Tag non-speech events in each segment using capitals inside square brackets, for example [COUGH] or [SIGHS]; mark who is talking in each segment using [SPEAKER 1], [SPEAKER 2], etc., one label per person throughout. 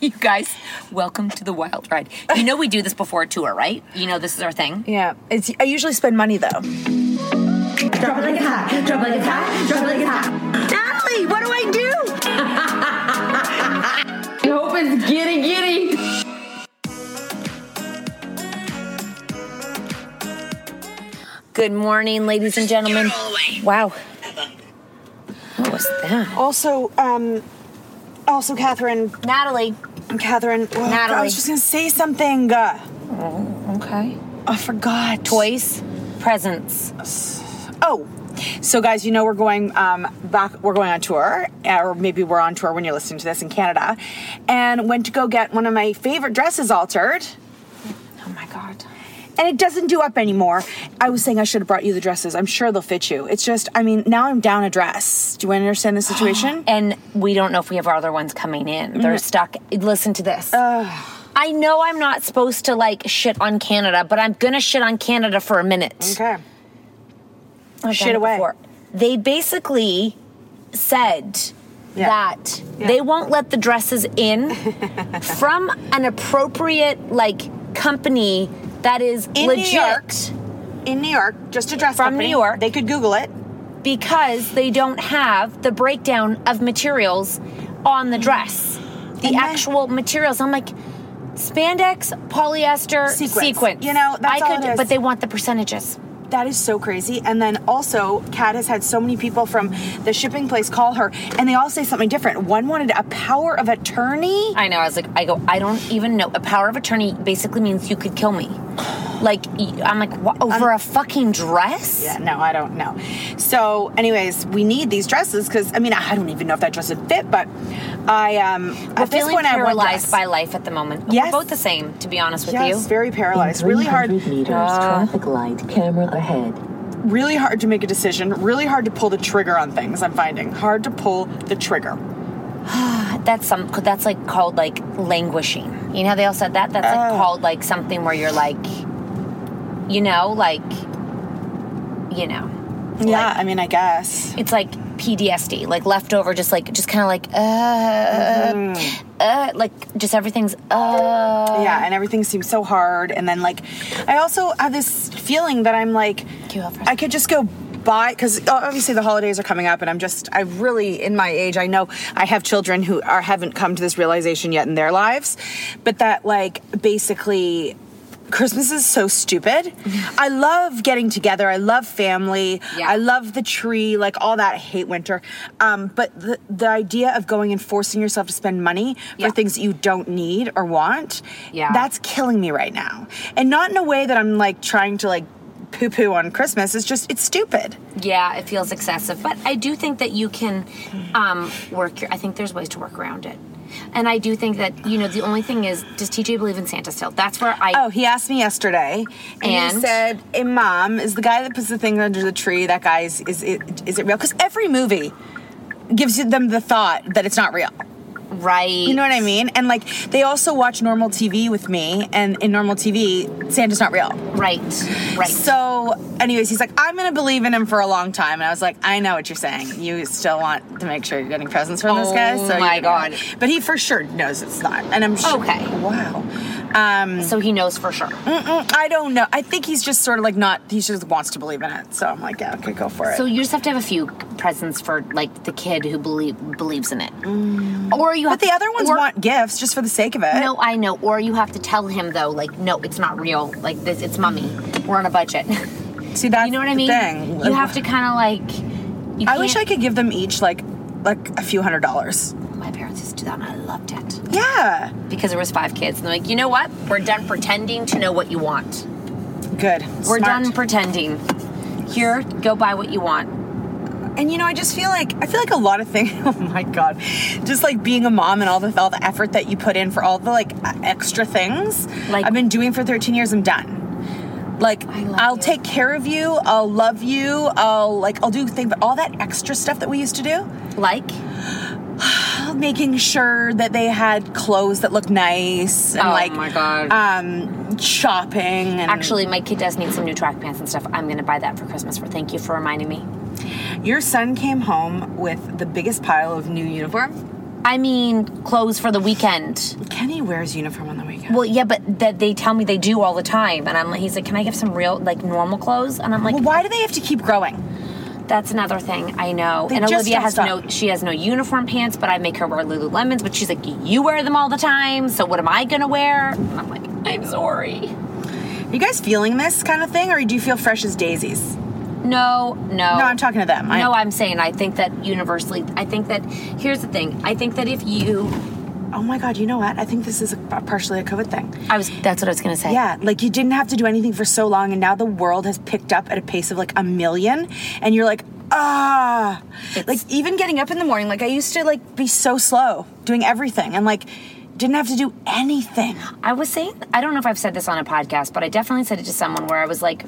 [SPEAKER 1] you guys, welcome to the wild ride. You know we do this before a tour, right? You know this is our thing.
[SPEAKER 2] Yeah, it's. I usually spend money though.
[SPEAKER 3] Drop it like it's hot. Drop it like it's hot. Drop it like it's hot.
[SPEAKER 2] Natalie, what do I
[SPEAKER 3] [LAUGHS]
[SPEAKER 2] do?
[SPEAKER 3] I hope it's giddy giddy.
[SPEAKER 1] Good morning, ladies and gentlemen. Wow. What was that?
[SPEAKER 2] Also, um, also Catherine,
[SPEAKER 1] Natalie.
[SPEAKER 2] Catherine. oh,
[SPEAKER 1] Natalie.
[SPEAKER 2] I was just gonna say something. Uh,
[SPEAKER 1] Okay.
[SPEAKER 2] I forgot.
[SPEAKER 1] Toys, presents.
[SPEAKER 2] Oh, So, guys, you know we're going um, back. We're going on tour, uh, or maybe we're on tour when you're listening to this in Canada, and went to go get one of my favorite dresses altered. Oh my god. And it doesn't do up anymore. I was saying I should have brought you the dresses. I'm sure they'll fit you. It's just, I mean, now I'm down a dress. Do you understand the [GASPS] situation?
[SPEAKER 1] And we don't know if we have our other ones coming in. They're stuck. Listen to this. I know I'm not supposed to like shit on Canada, but I'm gonna shit on Canada for a minute.
[SPEAKER 2] okay.
[SPEAKER 1] I've
[SPEAKER 2] Shit
[SPEAKER 1] done it
[SPEAKER 2] away.
[SPEAKER 1] They basically said
[SPEAKER 2] Yeah.
[SPEAKER 1] that
[SPEAKER 2] Yeah.
[SPEAKER 1] they won't let the dresses in
[SPEAKER 2] [LAUGHS]
[SPEAKER 1] from an appropriate like company that is
[SPEAKER 2] In New
[SPEAKER 1] legit
[SPEAKER 2] York. In New York, just a dress
[SPEAKER 1] From
[SPEAKER 2] company.
[SPEAKER 1] New York.
[SPEAKER 2] They could Google it.
[SPEAKER 1] because they don't have the breakdown of materials on the dress. The
[SPEAKER 2] And then-
[SPEAKER 1] actual materials. I'm like spandex, polyester,
[SPEAKER 2] Sequins.
[SPEAKER 1] sequence.
[SPEAKER 2] You know, that's
[SPEAKER 1] I
[SPEAKER 2] all
[SPEAKER 1] could
[SPEAKER 2] it is.
[SPEAKER 1] but they want the percentages.
[SPEAKER 2] That is so crazy. And then also, Kat has had so many people from the shipping place call her, and they all say something different. One wanted a power of attorney.
[SPEAKER 1] I know. I was like, I go, I don't even know. A power of attorney basically means you could kill me. Like, y- I'm like, what, over a fucking dress?
[SPEAKER 2] Yeah, no, I don't know. So, anyways, we need these dresses because I mean, I don't even know if that dress would fit, but I um,
[SPEAKER 1] We're
[SPEAKER 2] at this
[SPEAKER 1] feeling
[SPEAKER 2] point, I have one
[SPEAKER 1] paralyzed
[SPEAKER 2] dress.
[SPEAKER 1] by life at the moment.
[SPEAKER 2] Yes.
[SPEAKER 1] We're both the same, to be honest with
[SPEAKER 2] yes,
[SPEAKER 1] you. Uh,
[SPEAKER 2] very paralyzed. Really hard,
[SPEAKER 4] 300 meters, traffic light, camera ahead.
[SPEAKER 2] really hard to make a decision. Really hard to pull the trigger on things. I'm finding hard to pull the trigger.
[SPEAKER 1] That's some. That's like called like languishing. You know, how they all said that. That's like
[SPEAKER 2] Oh.
[SPEAKER 1] called like something where you're like, you know, like, you know,
[SPEAKER 2] yeah, I mean, I guess.
[SPEAKER 1] it's like PTSD, like leftover, just like just kind of like uh,
[SPEAKER 2] Mm-hmm.
[SPEAKER 1] uh, like just everything's uh.
[SPEAKER 2] Yeah, and everything seems so hard. And then, like, I also have this feeling that I'm like,
[SPEAKER 1] you go first?
[SPEAKER 2] I could just go buy, because obviously the holidays are coming up, and I'm just, I really, in my age, I know I have children who are, haven't come to this realization yet in their lives, but that, like, basically, Christmas is so stupid. I love getting together. I love family.
[SPEAKER 1] Yeah.
[SPEAKER 2] I love the tree, like all that. I hate winter. Um, but the, the idea of going and forcing yourself to spend money
[SPEAKER 1] Yeah.
[SPEAKER 2] for things that you don't need or want,
[SPEAKER 1] Yeah.
[SPEAKER 2] that's killing me right now. And not in a way that I'm like trying to like poo poo on Christmas. It's just, it's stupid.
[SPEAKER 1] Yeah, it feels excessive, but I do think that you can um, work. Your, I think there's ways to work around it, and I do think that you know the only thing is, does TJ believe in Santa still? That's where I.
[SPEAKER 2] Oh, he asked me yesterday, and, he
[SPEAKER 1] And?
[SPEAKER 2] said, "Imam is the guy that puts the thing under the tree. That guy is is it, is it real? Because every movie gives you them the thought that it's not real.
[SPEAKER 1] right.
[SPEAKER 2] You know what I mean? And like they also watch normal TV with me, and in normal TV, Santa's not real.
[SPEAKER 1] Right. Right.
[SPEAKER 2] So, anyways, he's like, I'm gonna believe in him for a long time, and I was like, I know what you're saying. You still want to make sure you're getting presents from this guy.
[SPEAKER 1] Oh
[SPEAKER 2] So
[SPEAKER 1] my
[SPEAKER 2] you-
[SPEAKER 1] God.
[SPEAKER 2] But he for sure knows it's not, and I'm sure.
[SPEAKER 1] Okay.
[SPEAKER 2] Wow. Um,
[SPEAKER 1] so he knows for sure.
[SPEAKER 2] mm, I don't know. I think he's just sort of like not. He just wants to believe in it. So I'm like, yeah, okay, go for it.
[SPEAKER 1] So you just have to have a few presents for like the kid who believe believes in it, or you.
[SPEAKER 2] Mm. but
[SPEAKER 1] have
[SPEAKER 2] the other ones
[SPEAKER 1] or-
[SPEAKER 2] want gifts just for the sake of it.
[SPEAKER 1] No, I know. Or you have to tell him though, like, no, it's not real. Like this, it's mummy. We're on a budget. [LAUGHS]
[SPEAKER 2] See, that's
[SPEAKER 1] you know what I
[SPEAKER 2] the
[SPEAKER 1] mean?
[SPEAKER 2] thing.
[SPEAKER 1] You have to kind of like. You
[SPEAKER 2] I wish I
[SPEAKER 1] can't-
[SPEAKER 2] could give them each like, like a few hundred dollars.
[SPEAKER 1] My parents used to do that, and I loved it.
[SPEAKER 2] Yeah.
[SPEAKER 1] because there was five kids and they're like you know what we're done pretending to know what you want
[SPEAKER 2] Good.
[SPEAKER 1] we're
[SPEAKER 2] Smart.
[SPEAKER 1] done pretending here go buy what you want
[SPEAKER 2] And you know, I just feel like I feel like a lot of things. [LAUGHS] Oh my god, just like being a mom and all the all the effort that you put in for all the like e, extra things.
[SPEAKER 1] Like-
[SPEAKER 2] I've been doing for 13 years. I'm done. Like
[SPEAKER 1] love
[SPEAKER 2] I'll
[SPEAKER 1] you.
[SPEAKER 2] take care of you. I'll love you. I'll like I'll do things. But all that extra stuff that we used to do,
[SPEAKER 1] like
[SPEAKER 2] making sure that they had clothes that looked nice and
[SPEAKER 1] oh
[SPEAKER 2] like
[SPEAKER 1] my god
[SPEAKER 2] um shopping and
[SPEAKER 1] actually my kid does need some new track pants and stuff i'm gonna buy that for christmas for thank you for reminding me
[SPEAKER 2] your son came home with the biggest pile of new uniform.
[SPEAKER 1] i mean clothes for the weekend
[SPEAKER 2] Kenny wears uniform on the weekend.
[SPEAKER 1] well yeah but that they tell me they do all the time and i'm like he's like can i give some real like normal clothes and i'm like
[SPEAKER 2] Well, why do they have to keep growing?
[SPEAKER 1] That's another thing I know.
[SPEAKER 2] They
[SPEAKER 1] and
[SPEAKER 2] just
[SPEAKER 1] Olivia
[SPEAKER 2] don't
[SPEAKER 1] has
[SPEAKER 2] stop.
[SPEAKER 1] no she has no uniform pants, but I make her wear Lululemons. But she's like, you wear them all the time, so what am I gonna wear? And I'm like, I'm sorry.
[SPEAKER 2] Are you guys feeling this kind of thing, or do you feel fresh as daisies?
[SPEAKER 1] No, no.
[SPEAKER 2] Oh. No, I'm talking to them. I-
[SPEAKER 1] no, I'm saying I think that universally. I think that here's the thing. I think that if you,
[SPEAKER 2] Oh my god, you know what? I think this is a, partially a COVID thing.
[SPEAKER 1] I was. That's what I was gonna say.
[SPEAKER 2] Yeah, like you didn't have to do anything for so long, and now the world has picked up at a pace of like a million, and you're like, ah, like even getting up in the morning, like I used to like be so slow doing everything and like didn't have to do anything.
[SPEAKER 1] I was saying, I don't know if I've said this on a podcast, but I definitely said it to someone where I was like,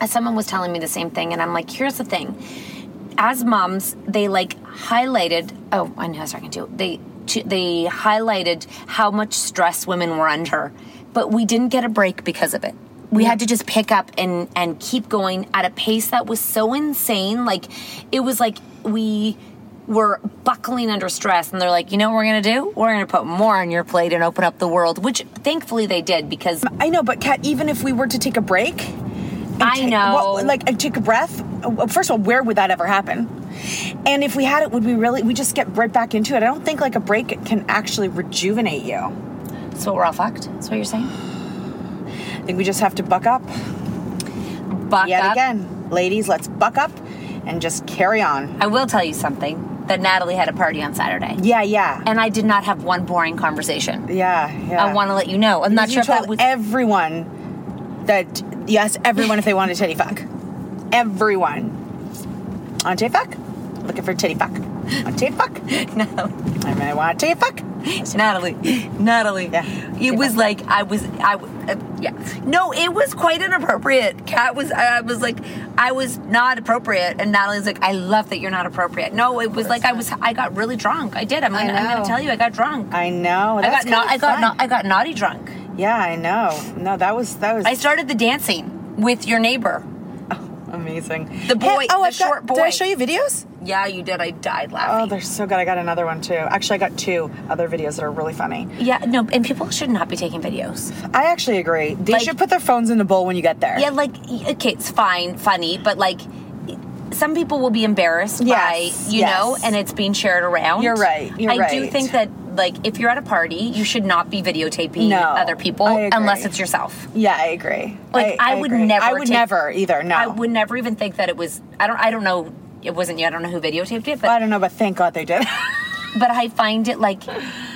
[SPEAKER 1] as someone was telling me the same thing, and I'm like, here's the thing. As moms, they like highlighted, oh, I know, I was talking to, they, to, they highlighted how much stress women were under, but we didn't get a break because of it. We had to just pick up and, and keep going at a pace that was so insane. Like, it was like we were buckling under stress and they're like, you know what we're gonna do? We're gonna put more on your plate and open up the world, which thankfully they did because
[SPEAKER 2] I know, but Kat, even if we were to take a break, and
[SPEAKER 1] I
[SPEAKER 2] take-
[SPEAKER 1] know.
[SPEAKER 2] well, like, and take a breath. uh, First of all, where would that ever happen? And if we had it, would we really? We just get right back into it. I don't think like a break can actually rejuvenate you.
[SPEAKER 1] so we're all fucked. That's what you're saying?
[SPEAKER 2] I think we just have to buck up
[SPEAKER 1] Buck
[SPEAKER 2] yet
[SPEAKER 1] up.
[SPEAKER 2] again, ladies. Let's buck up and just carry on.
[SPEAKER 1] I will tell you something that Natalie had a party on Saturday.
[SPEAKER 2] Yeah, yeah,
[SPEAKER 1] And I did not have one boring conversation.
[SPEAKER 2] yeah, yeah.
[SPEAKER 1] I wanna let you know. I'm not
[SPEAKER 2] you
[SPEAKER 1] sure if
[SPEAKER 2] told
[SPEAKER 1] that was
[SPEAKER 2] everyone that yes, everyone if they wanted titty fuck, everyone on titty fuck, looking for titty fuck on titty fuck.
[SPEAKER 1] [LAUGHS] Natalie.
[SPEAKER 2] I mean, I want titty fuck.
[SPEAKER 1] Natalie, Natalie.
[SPEAKER 2] Yeah.
[SPEAKER 1] It was like I was I w- uh, yeah. No, it was quite inappropriate. Kat was I was like I was not appropriate, and Natalie's like I love that you're not appropriate. No, it was like I was I got really drunk. I did. I'm gonna, I'm
[SPEAKER 2] know.
[SPEAKER 1] gonna tell you I got drunk.
[SPEAKER 2] I know.
[SPEAKER 1] I got
[SPEAKER 2] That's
[SPEAKER 1] na- I
[SPEAKER 2] kinda
[SPEAKER 1] got na-
[SPEAKER 2] fun.
[SPEAKER 1] I got naughty drunk.
[SPEAKER 2] Yeah, I know. No, that was that was
[SPEAKER 1] I started the dancing with your neighbor.
[SPEAKER 2] amazing. oh,
[SPEAKER 1] The boy- the
[SPEAKER 2] I've got-
[SPEAKER 1] short
[SPEAKER 2] Did I
[SPEAKER 1] boy.
[SPEAKER 2] show you videos?
[SPEAKER 1] Yeah, you did. I died
[SPEAKER 2] Oh,
[SPEAKER 1] laughing.
[SPEAKER 2] they're so good. I got another one too. Actually, I got two other videos that are really funny.
[SPEAKER 1] yeah, no, and people should not be taking videos.
[SPEAKER 2] I actually agree. They
[SPEAKER 1] Like-
[SPEAKER 2] should put their phones in the bowl when you get there.
[SPEAKER 1] Yeah, like y- okay, it's fine, funny, but like some people will be embarrassed
[SPEAKER 2] Yes,
[SPEAKER 1] by you know,
[SPEAKER 2] yes.
[SPEAKER 1] and it's being shared around.
[SPEAKER 2] You're right, you're
[SPEAKER 1] I do
[SPEAKER 2] right.
[SPEAKER 1] think that like if you're at a party, you should not be videotaping
[SPEAKER 2] No,
[SPEAKER 1] other people
[SPEAKER 2] I agree.
[SPEAKER 1] unless it's yourself.
[SPEAKER 2] Yeah, I agree.
[SPEAKER 1] Like, I would
[SPEAKER 2] agree.
[SPEAKER 1] never
[SPEAKER 2] I would
[SPEAKER 1] take-
[SPEAKER 2] never either. No,
[SPEAKER 1] I would never even think that it was. I don't. I don't know. It wasn't you. I don't know who videotaped it, but
[SPEAKER 2] I don't know, but thank God they did.
[SPEAKER 1] but I find it like,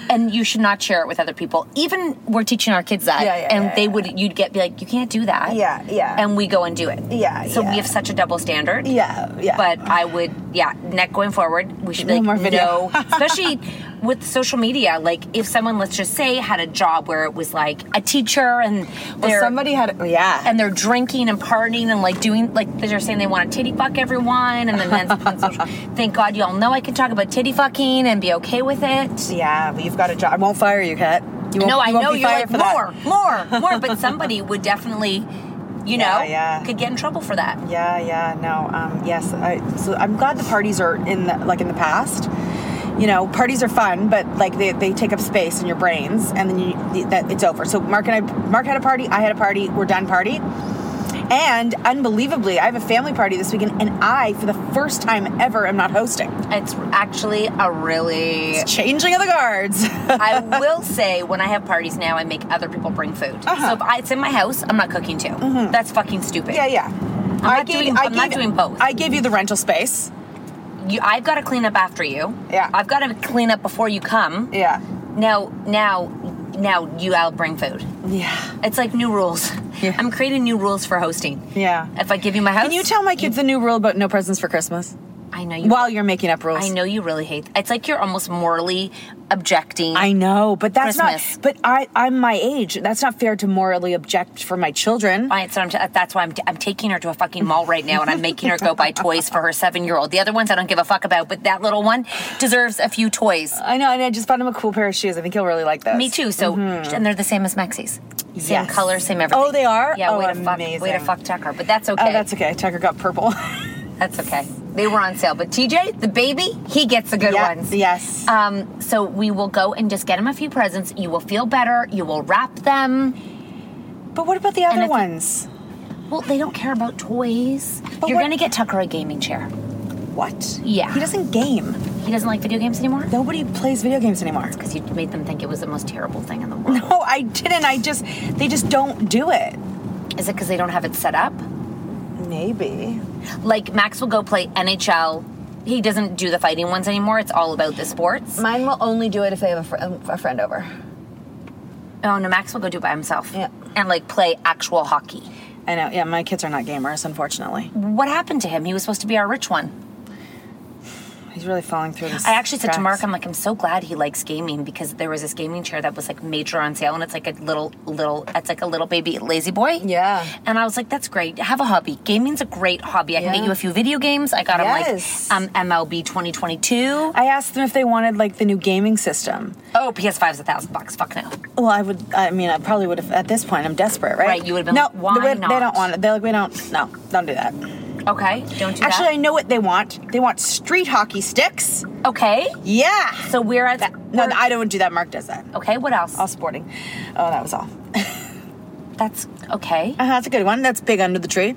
[SPEAKER 1] and you should not share it with other people. Even we're teaching our kids that,
[SPEAKER 2] Yeah, yeah,
[SPEAKER 1] and
[SPEAKER 2] yeah,
[SPEAKER 1] they
[SPEAKER 2] yeah.
[SPEAKER 1] would you'd get be like, you can't do that.
[SPEAKER 2] Yeah, yeah.
[SPEAKER 1] And we go and do it.
[SPEAKER 2] Yeah,
[SPEAKER 1] So
[SPEAKER 2] yeah.
[SPEAKER 1] we have such a double
[SPEAKER 2] [LAUGHS]
[SPEAKER 1] standard.
[SPEAKER 2] Yeah, yeah.
[SPEAKER 1] But I would, yeah, neck going forward, we should be
[SPEAKER 2] No
[SPEAKER 1] like,
[SPEAKER 2] more video. [LAUGHS]
[SPEAKER 1] no, especially with social media. Like if someone, let's just say, had a job where it was like a teacher and
[SPEAKER 2] Well,
[SPEAKER 1] they're-
[SPEAKER 2] somebody had yeah.
[SPEAKER 1] and they're drinking and partying and like doing like they're saying they want to titty fuck everyone and then that's
[SPEAKER 2] [LAUGHS]
[SPEAKER 1] on social. Thank God y'all know I can talk about titty fucking and be okay with it.
[SPEAKER 2] yeah, but you've got a job. I won't fire you, Kat. You won't,
[SPEAKER 1] No,
[SPEAKER 2] you
[SPEAKER 1] I
[SPEAKER 2] won't
[SPEAKER 1] know
[SPEAKER 2] be
[SPEAKER 1] you're
[SPEAKER 2] fired
[SPEAKER 1] like
[SPEAKER 2] for that.
[SPEAKER 1] more, more, more,
[SPEAKER 2] [LAUGHS]
[SPEAKER 1] but somebody would definitely, you know,
[SPEAKER 2] Yeah, yeah.
[SPEAKER 1] could get in trouble for that.
[SPEAKER 2] Yeah, yeah, no, um, yes. I, so I'm glad the parties are in the like in the past. You know, parties are fun, but like they, they take up space in your brains, and then you that it's over. So Mark and I, Mark had a party, I had a party, we're done party. And unbelievably, I have a family party this weekend, and I, for the first time ever, am not hosting.
[SPEAKER 1] It's actually a really.
[SPEAKER 2] Changing of the guards. [LAUGHS]
[SPEAKER 1] I will say when I have parties now, I make other people bring food. So if I, it's in my house, I'm not cooking too. That's fucking stupid.
[SPEAKER 2] Uh-huh. Mm-hmm. yeah, yeah. I'm
[SPEAKER 1] not doing- I'm not doing both.
[SPEAKER 2] I gave you the rental space.
[SPEAKER 1] You, I've got to clean up after you.
[SPEAKER 2] Yeah.
[SPEAKER 1] I've got to clean up before you come.
[SPEAKER 2] Yeah.
[SPEAKER 1] Now, now, now you out bring food.
[SPEAKER 2] Yeah.
[SPEAKER 1] It's like new rules.
[SPEAKER 2] Yeah.
[SPEAKER 1] I'm creating new rules for hosting.
[SPEAKER 2] Yeah.
[SPEAKER 1] If I give you my house,
[SPEAKER 2] Can you tell my kids the new rule about no presents for Christmas?
[SPEAKER 1] I know you.
[SPEAKER 2] While you're making up rules.
[SPEAKER 1] I know you really hate. It's like you're almost morally objecting.
[SPEAKER 2] I know, but that's
[SPEAKER 1] Christmas.
[SPEAKER 2] not. But I, I'm my age. That's not fair to morally object for my children.
[SPEAKER 1] I- so I'm t- that's why I'm, t- I'm taking her to a fucking mall right now and I'm making her
[SPEAKER 2] [LAUGHS]
[SPEAKER 1] go buy toys for her seven year old. The other ones I don't give a fuck about, but that little one deserves a few toys.
[SPEAKER 2] I know, and I just bought him a cool pair of shoes. I think he'll really like those.
[SPEAKER 1] Me too. So, and they're the same as Maxie's. Same
[SPEAKER 2] Mm-hmm. Yes.
[SPEAKER 1] color, same everything.
[SPEAKER 2] Oh, they are?
[SPEAKER 1] Yeah,
[SPEAKER 2] Oh,
[SPEAKER 1] way to fuck, way to
[SPEAKER 2] amazing.
[SPEAKER 1] fuck Tucker, but that's okay.
[SPEAKER 2] Oh, that's okay. Tucker got purple.
[SPEAKER 1] That's okay. They were on sale, but TJ, the baby, he gets the
[SPEAKER 2] [LAUGHS]
[SPEAKER 1] good
[SPEAKER 2] Yeah,
[SPEAKER 1] ones.
[SPEAKER 2] Yes.
[SPEAKER 1] Um, so we will go and just get him a few presents. You will feel better. You will wrap them.
[SPEAKER 2] but what about the other
[SPEAKER 1] if-
[SPEAKER 2] ones?
[SPEAKER 1] Well, they don't care about toys.
[SPEAKER 2] But
[SPEAKER 1] You're
[SPEAKER 2] what-
[SPEAKER 1] gonna get Tucker a gaming chair.
[SPEAKER 2] What?
[SPEAKER 1] Yeah.
[SPEAKER 2] He doesn't game.
[SPEAKER 1] He doesn't like video games anymore
[SPEAKER 2] Nobody plays video games anymore.
[SPEAKER 1] because you made them think it was the most terrible thing in the world.
[SPEAKER 2] No, I didn't. I just they just don't do it.
[SPEAKER 1] Is it because they don't have it set up?
[SPEAKER 2] Maybe.
[SPEAKER 1] Like Max will go play NHL. He doesn't do the fighting ones anymore. It's all about the sports.
[SPEAKER 5] Mine will only do it if they have a, fr- um, a friend over.
[SPEAKER 1] oh no, Max will go do it by himself.
[SPEAKER 5] Yeah.
[SPEAKER 1] And like play actual hockey.
[SPEAKER 2] I know. Yeah, my kids are not gamers, unfortunately.
[SPEAKER 1] What happened to him? He was supposed to be our rich one.
[SPEAKER 2] He's really falling through this.
[SPEAKER 1] I actually said to Mark, I'm like, I'm so glad he likes gaming because there was this gaming chair that was like major on sale, and it's like a little, little, it's like a little baby lazy boy.
[SPEAKER 5] Yeah.
[SPEAKER 1] And I was like, that's great. Have a hobby. Gaming's a great hobby. I can get
[SPEAKER 5] Yeah.
[SPEAKER 1] you a few video games. I got
[SPEAKER 2] Yes.
[SPEAKER 1] him like um, MLB 2022.
[SPEAKER 2] I asked them if they wanted like the new gaming system.
[SPEAKER 1] Oh, PS5's a thousand bucks. Fuck no.
[SPEAKER 2] Well, I would. I mean, I probably would have. At this point, I'm desperate, right?
[SPEAKER 1] Right, you would've been
[SPEAKER 2] no,
[SPEAKER 1] like, why
[SPEAKER 2] they, would-
[SPEAKER 1] not?
[SPEAKER 2] They don't want it. They're like, we don't. No, don't do that.
[SPEAKER 1] Okay, don't do
[SPEAKER 2] Actually, I
[SPEAKER 1] that.
[SPEAKER 2] know what they want. They want street hockey sticks.
[SPEAKER 1] okay.
[SPEAKER 2] Yeah.
[SPEAKER 1] So we're at
[SPEAKER 2] No,
[SPEAKER 1] we're-
[SPEAKER 2] I don't do that. Mark does that.
[SPEAKER 5] Oh,
[SPEAKER 1] Okay, what else?
[SPEAKER 2] All sporting. Oh, that was all. [LAUGHS]
[SPEAKER 1] That's okay.
[SPEAKER 2] Uh, that's a good one. That's big under the tree.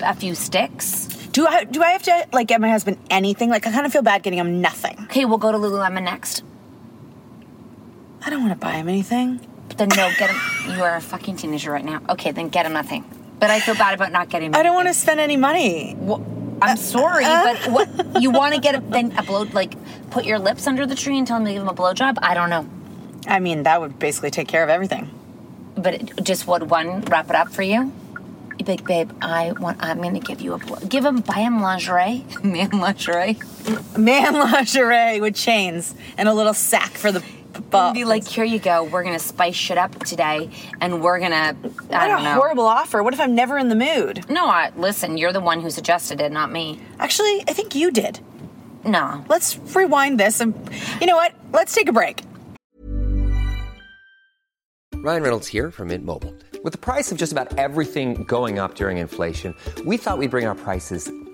[SPEAKER 1] A few sticks.
[SPEAKER 2] Do I do I have to like get my husband anything? Like I kind of feel bad getting him nothing.
[SPEAKER 1] Okay, we'll go to Lululemon next.
[SPEAKER 2] I don't want to buy him anything.
[SPEAKER 1] Then no, get him. You are a fucking teenager right now. Okay, then get him nothing. But I feel bad about not getting. Him
[SPEAKER 2] I don't want to
[SPEAKER 1] anything.
[SPEAKER 2] spend any money.
[SPEAKER 1] Wha- I'm
[SPEAKER 2] Uh,
[SPEAKER 1] sorry,
[SPEAKER 2] [LAUGHS]
[SPEAKER 1] but what you want to get him? Then a blow, like put your lips under the tree and tell him to give him a blowjob. I don't know,
[SPEAKER 2] I mean, that would basically take care of everything.
[SPEAKER 1] but it, just would one wrap it up for you? You'd be like, babe, I want. I'm gonna give you a blow. Give him, buy him lingerie, [LAUGHS] man lingerie.
[SPEAKER 2] Man [LAUGHS] lingerie with chains and a little sack for the b-
[SPEAKER 1] And be like, here you go. We're gonna spice shit up today, and we're gonna. I
[SPEAKER 2] What
[SPEAKER 1] don't
[SPEAKER 2] a
[SPEAKER 1] know.
[SPEAKER 2] horrible offer. What if I'm never in the mood?
[SPEAKER 1] No, I, listen. You're the one who suggested it, not me.
[SPEAKER 2] Actually, I think you did.
[SPEAKER 1] No.
[SPEAKER 2] Let's rewind this and you know what? Let's take a break.
[SPEAKER 6] Ryan Reynolds here from Mint Mobile. With the price of just about everything going up during inflation, we thought we'd bring our prices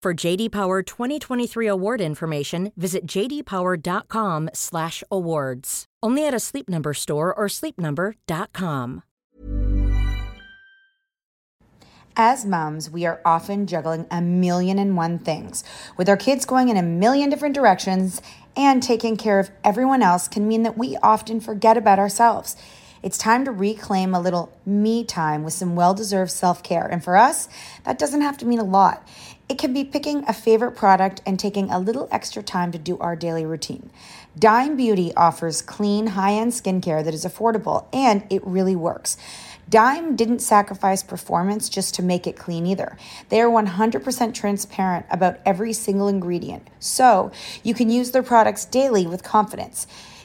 [SPEAKER 7] For JD Power 2023 award information, visit jdpower.com/awards. Only at a Sleep Number store or sleepnumber.com.
[SPEAKER 8] As moms, we are often juggling a million and one things. With our kids going in a million different directions and taking care of everyone else can mean that we often forget about ourselves. It's time to reclaim a little me time with some well deserved self care. And for us, that doesn't have to mean a lot. It can be picking a favorite product and taking a little extra time to do our daily routine. Dime Beauty offers clean, high end skincare that is affordable and it really works. Dime didn't sacrifice performance just to make it clean either. They are 100% transparent about every single ingredient, so you can use their products daily with confidence.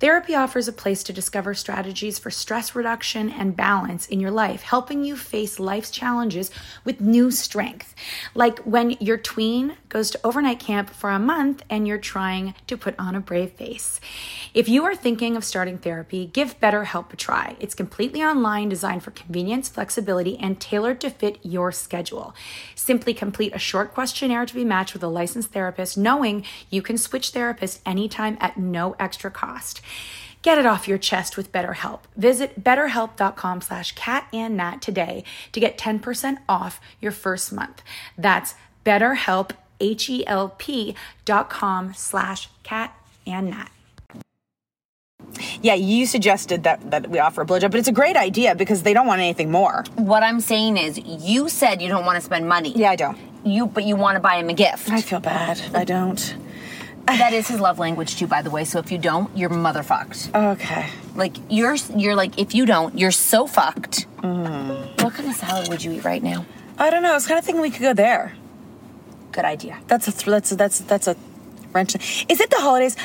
[SPEAKER 9] Therapy offers a place to discover strategies for stress reduction and balance in your life, helping you face life's challenges with new strength. Like when your tween goes to overnight camp for a month and you're trying to put on a brave face. If you are thinking of starting therapy, give BetterHelp a try. It's completely online, designed for convenience, flexibility, and tailored to fit your schedule. Simply complete a short questionnaire to be matched with a licensed therapist, knowing you can switch therapists anytime at no extra cost. Get it off your chest with BetterHelp. Visit betterhelp.com slash catandnat today to get 10% off your first month. That's betterhelp, H-E-L-P dot com slash catandnat.
[SPEAKER 2] Yeah, you suggested that, that we offer a blowjob, but it's a great idea because they don't want anything more.
[SPEAKER 1] What I'm saying is, you said you don't want to spend money.
[SPEAKER 2] Yeah, I don't.
[SPEAKER 1] You, but you want to buy him a gift.
[SPEAKER 2] I feel bad. if I don't.
[SPEAKER 1] that is his love language too, by the way. So if you don't, you're mother fucked.
[SPEAKER 2] [LAUGHS] Okay.
[SPEAKER 1] Like you're, you're like if you don't, you're so fucked. What kind of salad would you eat right now?
[SPEAKER 2] I don't know. I was kind of thinking we could go there.
[SPEAKER 1] Good idea.
[SPEAKER 2] That's a th- that's a, that's that's a wrench. Is it the holidays?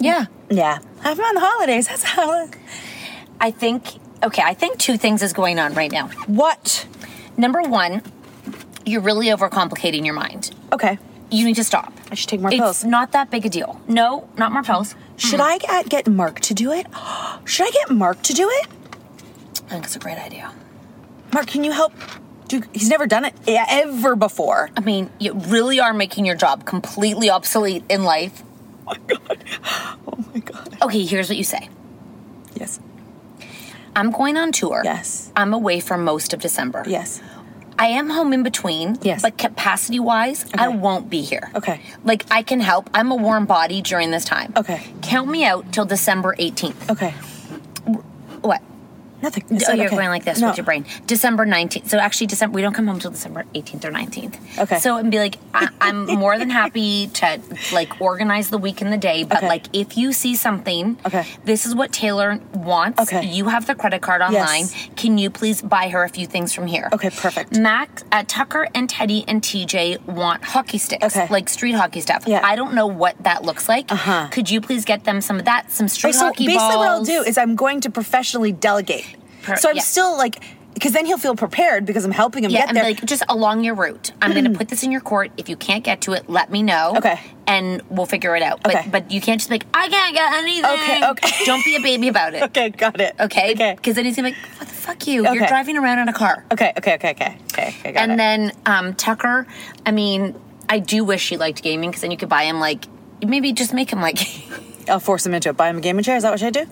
[SPEAKER 1] Yeah.
[SPEAKER 2] Yeah. I'm on the holidays. That's how.
[SPEAKER 1] I think. Okay, I think two things is going on right now.
[SPEAKER 2] What?
[SPEAKER 1] Number one, you're really overcomplicating your mind.
[SPEAKER 2] Okay.
[SPEAKER 1] You need to stop.
[SPEAKER 2] I should take more
[SPEAKER 1] it's
[SPEAKER 2] pills.
[SPEAKER 1] not that big a deal. No, not more pills.
[SPEAKER 2] Should I get, get Mark to do it? [GASPS] Should I get Mark to do it?
[SPEAKER 1] I think it's a great idea.
[SPEAKER 2] Mark, can you help? Do, he's never done it e- ever before.
[SPEAKER 1] I mean, you really are making your job completely obsolete in life.
[SPEAKER 2] Oh my god.
[SPEAKER 1] Okay, here's what you say.
[SPEAKER 2] Yes.
[SPEAKER 1] I'm going on tour.
[SPEAKER 2] Yes.
[SPEAKER 1] I'm away for most of December.
[SPEAKER 2] Yes.
[SPEAKER 1] I am home in between.
[SPEAKER 2] Yes.
[SPEAKER 1] But capacity wise, I won't be here.
[SPEAKER 2] Okay.
[SPEAKER 1] Like I can help. I'm a warm body during this time.
[SPEAKER 2] Okay.
[SPEAKER 1] Count me out till December 18th.
[SPEAKER 2] Okay.
[SPEAKER 1] What?
[SPEAKER 2] Nothing.
[SPEAKER 1] Oh, you're
[SPEAKER 2] okay.
[SPEAKER 1] going like this
[SPEAKER 2] No.
[SPEAKER 1] with your brain. December 19th. So actually, December we don't come home till December 18th or 19th.
[SPEAKER 2] Okay.
[SPEAKER 1] So and be like, I, I'm more than happy to like organize the week and the day, but
[SPEAKER 2] Okay.
[SPEAKER 1] like if you see something,
[SPEAKER 2] Okay.
[SPEAKER 1] this is what Taylor wants.
[SPEAKER 2] Okay.
[SPEAKER 1] You have the credit card online. Can you please buy her a few things from here?
[SPEAKER 2] Okay, perfect.
[SPEAKER 1] Max, uh, Tucker, and Teddy and TJ want hockey sticks,
[SPEAKER 2] Okay.
[SPEAKER 1] like street hockey stuff.
[SPEAKER 2] Yeah.
[SPEAKER 1] I don't know what that looks like. Uh-huh. Could you please get them some of that, some
[SPEAKER 2] Right,
[SPEAKER 1] street
[SPEAKER 2] so
[SPEAKER 1] hockey
[SPEAKER 2] basically,
[SPEAKER 1] balls?
[SPEAKER 2] what I'll do is I'm going to professionally delegate.
[SPEAKER 1] Per-
[SPEAKER 2] so I'm
[SPEAKER 1] yeah.
[SPEAKER 2] still like, because then he'll feel prepared because I'm helping him
[SPEAKER 1] Yeah,
[SPEAKER 2] get
[SPEAKER 1] and
[SPEAKER 2] there. Mm-hmm.
[SPEAKER 1] like just along your route. I'm going to put this in your court. If you can't get to it, let me know.
[SPEAKER 2] Okay.
[SPEAKER 1] And we'll figure it out.
[SPEAKER 2] Okay.
[SPEAKER 1] But but you can't just be like I can't get anything.
[SPEAKER 2] Okay, okay.
[SPEAKER 1] [LAUGHS] Don't be a baby about
[SPEAKER 2] [LAUGHS]
[SPEAKER 1] it.
[SPEAKER 2] okay, got it.
[SPEAKER 1] Okay.
[SPEAKER 2] Okay.
[SPEAKER 1] Because then he's gonna be like, what the fuck you?
[SPEAKER 2] Okay.
[SPEAKER 1] You're driving around in a car.
[SPEAKER 2] Okay. Okay. Okay. Okay. Okay. okay got
[SPEAKER 1] and
[SPEAKER 2] it.
[SPEAKER 1] then um, Tucker. I mean, I do wish he liked gaming because then you could buy him like maybe just make him like. [LAUGHS]
[SPEAKER 2] I'll force him into it. Buy him a gaming chair. Is that what should I do?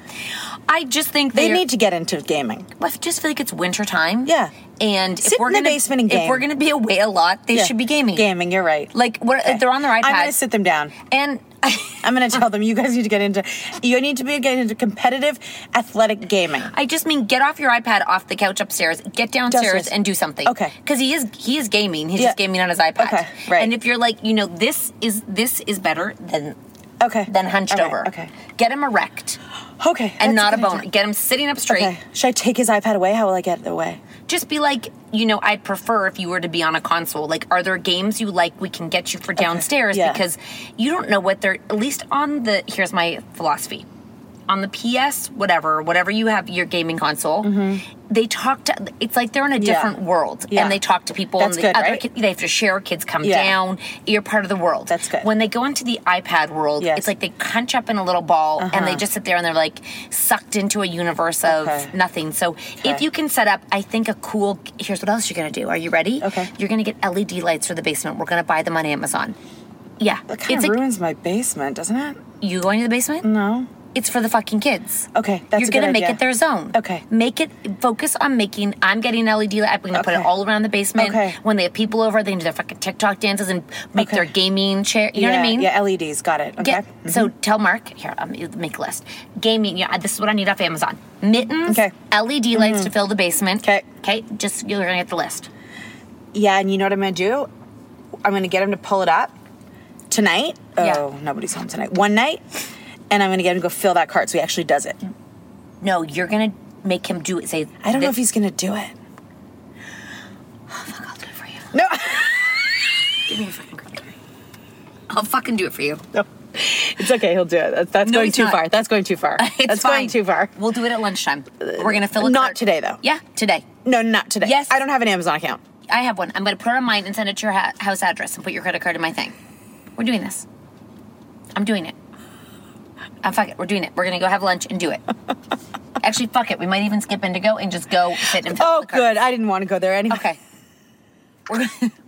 [SPEAKER 1] I just think
[SPEAKER 2] They
[SPEAKER 1] they're-
[SPEAKER 2] need to get into gaming.
[SPEAKER 1] I just feel like it's winter time.
[SPEAKER 2] Yeah.
[SPEAKER 1] And if
[SPEAKER 2] Sit
[SPEAKER 1] we're
[SPEAKER 2] in the
[SPEAKER 1] gonna,
[SPEAKER 2] basement and game.
[SPEAKER 1] If we're gonna be away a lot, they
[SPEAKER 2] Yeah.
[SPEAKER 1] should be gaming.
[SPEAKER 2] Gaming. You're right.
[SPEAKER 1] Like what? They're on their iPads.
[SPEAKER 2] I'm gonna sit them down.
[SPEAKER 1] And [LAUGHS]
[SPEAKER 2] I'm gonna tell them you guys need to get into. You need to be getting into competitive athletic gaming.
[SPEAKER 1] I just mean get off your iPad off the couch upstairs, get downstairs,
[SPEAKER 2] Downstairs.
[SPEAKER 1] and do something.
[SPEAKER 2] Okay.
[SPEAKER 1] Because he is he is gaming. He's
[SPEAKER 2] Yeah.
[SPEAKER 1] just gaming on his iPad.
[SPEAKER 2] Okay, right.
[SPEAKER 1] And if you're like, you know, this is this is better than
[SPEAKER 2] Okay.
[SPEAKER 1] than hunched
[SPEAKER 2] All right,
[SPEAKER 1] over.
[SPEAKER 2] Okay.
[SPEAKER 1] Get him erect
[SPEAKER 2] Okay. that's
[SPEAKER 1] and not a
[SPEAKER 2] good
[SPEAKER 1] boner.
[SPEAKER 2] idea.
[SPEAKER 1] Get him sitting up straight.
[SPEAKER 2] Okay. Should I take his iPad away? How will I get it away?
[SPEAKER 1] Just be like, you know, I'd prefer if you were to be on a console. Like, are there games you like we can get you for downstairs?
[SPEAKER 2] yeah.
[SPEAKER 1] Because you don't know what they're at least on the here's my philosophy. On the PS, whatever, whatever you have your gaming console, they talk to it's like they're in a
[SPEAKER 2] Mm-hmm. Yeah.
[SPEAKER 1] different world.
[SPEAKER 2] Yeah.
[SPEAKER 1] And they talk to people
[SPEAKER 2] That's
[SPEAKER 1] and the
[SPEAKER 2] good,
[SPEAKER 1] other
[SPEAKER 2] right?
[SPEAKER 1] kid- they have to share, kids come
[SPEAKER 2] Yeah.
[SPEAKER 1] down, you're part of the world.
[SPEAKER 2] That's good.
[SPEAKER 1] When they go into the iPad world,
[SPEAKER 2] Yes.
[SPEAKER 1] it's like they crunch up in a little ball and they just sit there and they're like sucked into a universe of
[SPEAKER 2] Uh-huh. Okay.
[SPEAKER 1] nothing. So if you can set up, I think a cool. Here's what else you're gonna do. Are you ready?
[SPEAKER 2] Okay.
[SPEAKER 1] You're gonna get LED lights for the basement. We're gonna buy them on Amazon. Yeah.
[SPEAKER 2] That kind of ruins my basement, doesn't it?
[SPEAKER 1] you going to the basement?
[SPEAKER 2] No.
[SPEAKER 1] It's for the fucking kids.
[SPEAKER 2] Okay, that's
[SPEAKER 1] You're
[SPEAKER 2] a good
[SPEAKER 1] gonna make
[SPEAKER 2] idea.
[SPEAKER 1] it their zone.
[SPEAKER 2] Okay.
[SPEAKER 1] Make it focus on making. I'm getting LED. li- I'm gonna put it
[SPEAKER 2] Okay.
[SPEAKER 1] all around the basement.
[SPEAKER 2] Okay.
[SPEAKER 1] When they have people over, they can do their fucking TikTok dances and make their gaming chair. You know what I
[SPEAKER 2] Yeah,
[SPEAKER 1] mean?
[SPEAKER 2] Yeah, LEDs. Got it. Okay. Mm-hmm.
[SPEAKER 1] Get, So tell Mark here. Um, you make a list. Gaming. Yeah, this is what I need off Amazon. Mittens. Okay. LED lights to
[SPEAKER 2] Mm-hmm.
[SPEAKER 1] fill the basement. Okay. Okay. Just you're gonna get the list.
[SPEAKER 2] Yeah, and you know what I'm gonna do? I'm gonna get him to pull it up tonight. Oh, nobody's home tonight. One night, and I'm gonna get him to go fill that cart so he actually does it.
[SPEAKER 1] No, you're gonna make him do it. Say.
[SPEAKER 2] I don't know
[SPEAKER 1] thi-
[SPEAKER 2] if he's gonna do it. [LAUGHS]
[SPEAKER 1] Give me a fucking card. I'll fucking do it for you.
[SPEAKER 2] No. It's okay. He'll do it. That's, that's
[SPEAKER 1] No,
[SPEAKER 2] going
[SPEAKER 1] he's
[SPEAKER 2] too
[SPEAKER 1] not.
[SPEAKER 2] far. That's going too far.
[SPEAKER 1] [LAUGHS] [LAUGHS] It's
[SPEAKER 2] that's
[SPEAKER 1] fine.
[SPEAKER 2] going too far. Uh,
[SPEAKER 1] We'll do it at lunchtime. We're gonna fill it.
[SPEAKER 2] Not today, though.
[SPEAKER 1] Yeah, today.
[SPEAKER 2] No, not today.
[SPEAKER 1] Yes.
[SPEAKER 2] I don't have an Amazon account.
[SPEAKER 1] I have one. I'm gonna put it on mine and send it to your ha- house address and put your credit card in my thing. We're doing this. I'm doing it. I'm fuck it. We're doing it. We're gonna go have lunch and
[SPEAKER 2] [LAUGHS]
[SPEAKER 1] do it. Actually, fuck it. We might even skip Indigo and just go sit and.
[SPEAKER 2] Oh, good. I didn't want to go there anyway. Okay. [LAUGHS]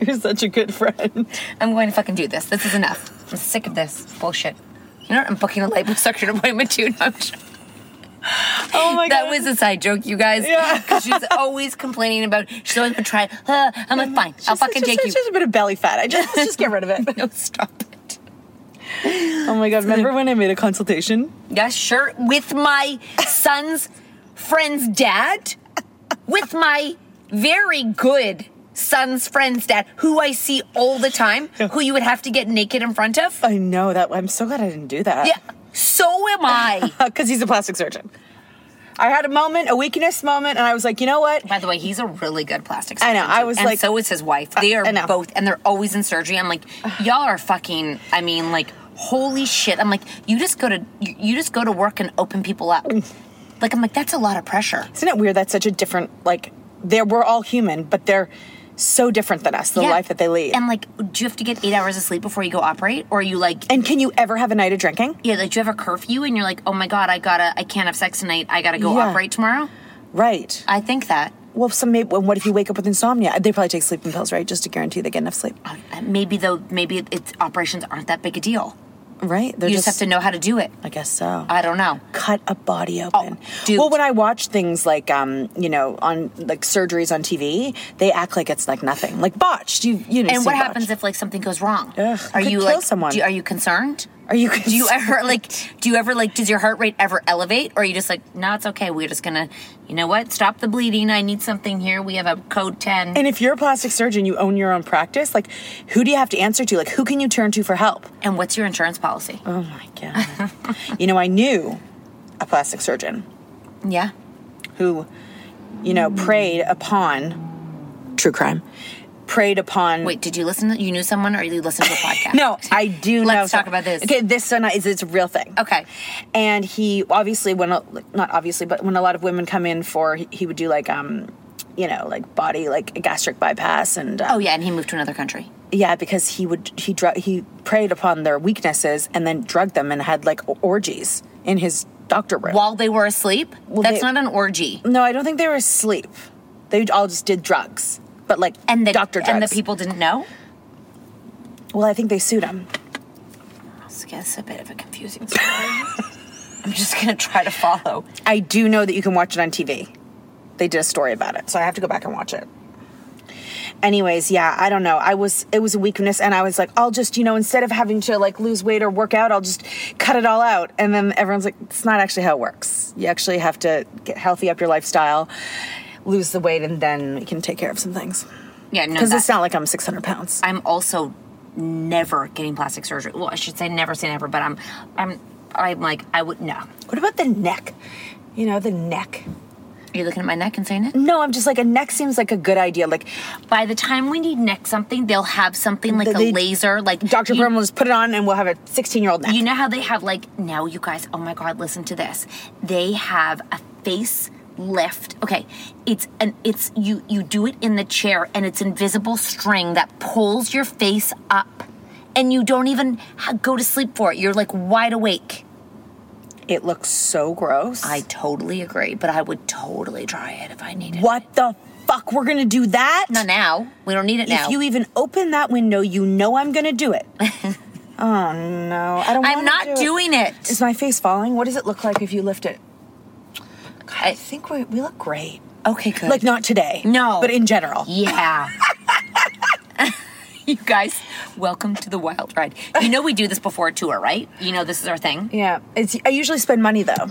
[SPEAKER 2] You're such a good friend.
[SPEAKER 1] [LAUGHS] I'm going to fucking do this. This is enough. I'm sick of this bullshit. You know what? I'm booking a liposuction [LAUGHS] appointment too. No, I'm just-
[SPEAKER 2] Oh my
[SPEAKER 1] That was a side joke, you guys.
[SPEAKER 2] Yeah. [LAUGHS]
[SPEAKER 1] 'Cause she's always complaining about. She's always been trying. Uh, I'm like, fine. I'll fucking take you.
[SPEAKER 2] Just a bit of belly fat. I just let's just get rid of
[SPEAKER 1] [LAUGHS]
[SPEAKER 2] it. no, stop it. Oh my god! Remember when I made a consultation?
[SPEAKER 1] Yes, sure. With my son's friend's dad. With my very good son's friend's dad, who I see all the time, who you would have to get naked in front of.
[SPEAKER 2] I know that. I'm so glad I didn't do that.
[SPEAKER 1] Yeah.
[SPEAKER 2] [LAUGHS]
[SPEAKER 1] So am I.
[SPEAKER 2] Because he's a plastic surgeon. I had a moment, a weakness moment, and I was like, you know what?
[SPEAKER 1] By the way, he's a really good plastic
[SPEAKER 2] I
[SPEAKER 1] surgeon.
[SPEAKER 2] know, I
[SPEAKER 1] too.
[SPEAKER 2] was
[SPEAKER 1] and
[SPEAKER 2] like- uh,
[SPEAKER 1] so is his wife. They are
[SPEAKER 2] I know.
[SPEAKER 1] both, and they're always in surgery. I'm like, y'all are fucking. I mean, like, holy shit. I'm like, you just go to you, you just go to work and open people up.
[SPEAKER 2] Mm.
[SPEAKER 1] Like, I'm like, that's a lot of pressure.
[SPEAKER 2] Isn't it weird that's such a different like? They're we're all human, but they're so different than us. The
[SPEAKER 1] Yeah.
[SPEAKER 2] life that they lead.
[SPEAKER 1] And like, do you have to get eight hours of sleep before you go operate, or are you like?
[SPEAKER 2] And can you ever have a night of drinking?
[SPEAKER 1] Yeah, like, do you have a curfew? And you're like, oh my god, I gotta, I can't have sex tonight. I gotta go
[SPEAKER 2] Yeah.
[SPEAKER 1] operate tomorrow.
[SPEAKER 2] Right.
[SPEAKER 1] I think that
[SPEAKER 2] Well, some maybe. What if you wake up with insomnia? They probably take sleeping pills, right, just to guarantee they get enough sleep.
[SPEAKER 1] uh, maybe though, maybe it, it's operations aren't that big a deal.
[SPEAKER 2] Right. They're
[SPEAKER 1] you just, have to know how to do it.
[SPEAKER 2] I guess so.
[SPEAKER 1] I don't know.
[SPEAKER 2] cut a
[SPEAKER 1] Oh,
[SPEAKER 2] body open. Well, when I watch things like um, you know, on like surgeries on TV, they act like it's like nothing, like botched. You you know.
[SPEAKER 1] And
[SPEAKER 2] see
[SPEAKER 1] what
[SPEAKER 2] botched.
[SPEAKER 1] happens if like something goes wrong? are
[SPEAKER 2] could
[SPEAKER 1] you
[SPEAKER 2] kill
[SPEAKER 1] like
[SPEAKER 2] someone.
[SPEAKER 1] do you- are you concerned?
[SPEAKER 2] Are you
[SPEAKER 1] do you ever like do you ever like does your heart rate ever elevate or are you just like no it's okay we're just gonna you know what stop the bleeding I need something here we have a code ten
[SPEAKER 2] And if you're a plastic surgeon, you own your own practice. Like, who do you have to answer to? Like, who can you turn to for help?
[SPEAKER 1] and what's your insurance policy
[SPEAKER 2] Oh my god! [LAUGHS] you know, I knew a plastic surgeon
[SPEAKER 1] yeah
[SPEAKER 2] who, you
[SPEAKER 1] Hmm.
[SPEAKER 2] know, preyed upon true crime. Preyed upon.
[SPEAKER 1] wait did you listen you knew someone or you listened to a podcast
[SPEAKER 2] No, I do.
[SPEAKER 1] Let's
[SPEAKER 2] know
[SPEAKER 1] talk about this.
[SPEAKER 2] Okay, this one is it's a real thing.
[SPEAKER 1] Okay.
[SPEAKER 2] and he obviously when a- not obviously, but when a lot of women come in for he, he would do like um, you know, like body like a gastric bypass and um,
[SPEAKER 1] oh yeah and he moved to another country
[SPEAKER 2] yeah, because he would he drug he preyed upon their weaknesses and then drugged them and had like orgies in his doctor room
[SPEAKER 1] while they were asleep
[SPEAKER 2] they-
[SPEAKER 1] that's not an orgy
[SPEAKER 2] No, I don't think they were asleep. They all just did drugs, but like and the doctor drugs.
[SPEAKER 1] and the people didn't know
[SPEAKER 2] Well, I think they sued him.
[SPEAKER 1] it's a bit of a confusing story [LAUGHS] I'm just gonna try to follow
[SPEAKER 2] I do know that you can watch it on TV. They did a story about it, so I have to go back and watch it. Anyways, yeah, I don't know. I was it was a weakness and I was like, I'll just, you know, instead of having to like lose weight or work out, I'll just cut it all out. And then everyone's like, it's not actually how it works. You actually have to get healthy up your lifestyle, lose the weight and then we can take care of some things.
[SPEAKER 1] yeah no
[SPEAKER 2] Cuz
[SPEAKER 1] that-
[SPEAKER 2] it's not like I'm 600 pounds.
[SPEAKER 1] I'm also never getting plastic surgery. Well, I should say never say never, but I'm I'm I'm like I would no.
[SPEAKER 2] What about the neck? You know, the neck.
[SPEAKER 1] Are you looking at my neck and saying it?
[SPEAKER 2] No, I'm just like a neck seems like a good idea. Like
[SPEAKER 1] By the time we need neck something, they'll have something like
[SPEAKER 2] They- they-
[SPEAKER 1] a laser. Like
[SPEAKER 2] Dr.
[SPEAKER 1] you-
[SPEAKER 2] Perm will just put it on and we'll have a 16-year-old neck.
[SPEAKER 1] You know how they have like now you guys, oh my god, listen to this. They have a face lift. Okay. It's an it's you you do it in the chair and it's invisible string that pulls your face up and you don't even ha- go to sleep for it. You're like wide awake.
[SPEAKER 2] It looks so gross.
[SPEAKER 1] I totally agree, but I would totally try it if I needed it.
[SPEAKER 2] What the fuck? We're gonna do that?
[SPEAKER 1] Not now. We don't need it now. [LAUGHS]
[SPEAKER 2] If you even open that window, you know I'm gonna do it. Oh no, I don't.
[SPEAKER 1] I'm
[SPEAKER 2] wanna do
[SPEAKER 1] not doing it.
[SPEAKER 2] Is my face falling? What does it look like if you lift it? God, I think we we look great.
[SPEAKER 1] Okay, good.
[SPEAKER 2] Like not today.
[SPEAKER 1] No.
[SPEAKER 2] but in general.
[SPEAKER 1] Yeah. you guys, welcome to the wild ride. You know we do this before a tour, right? You know this is our thing.
[SPEAKER 2] Yeah, it's. I usually spend money though.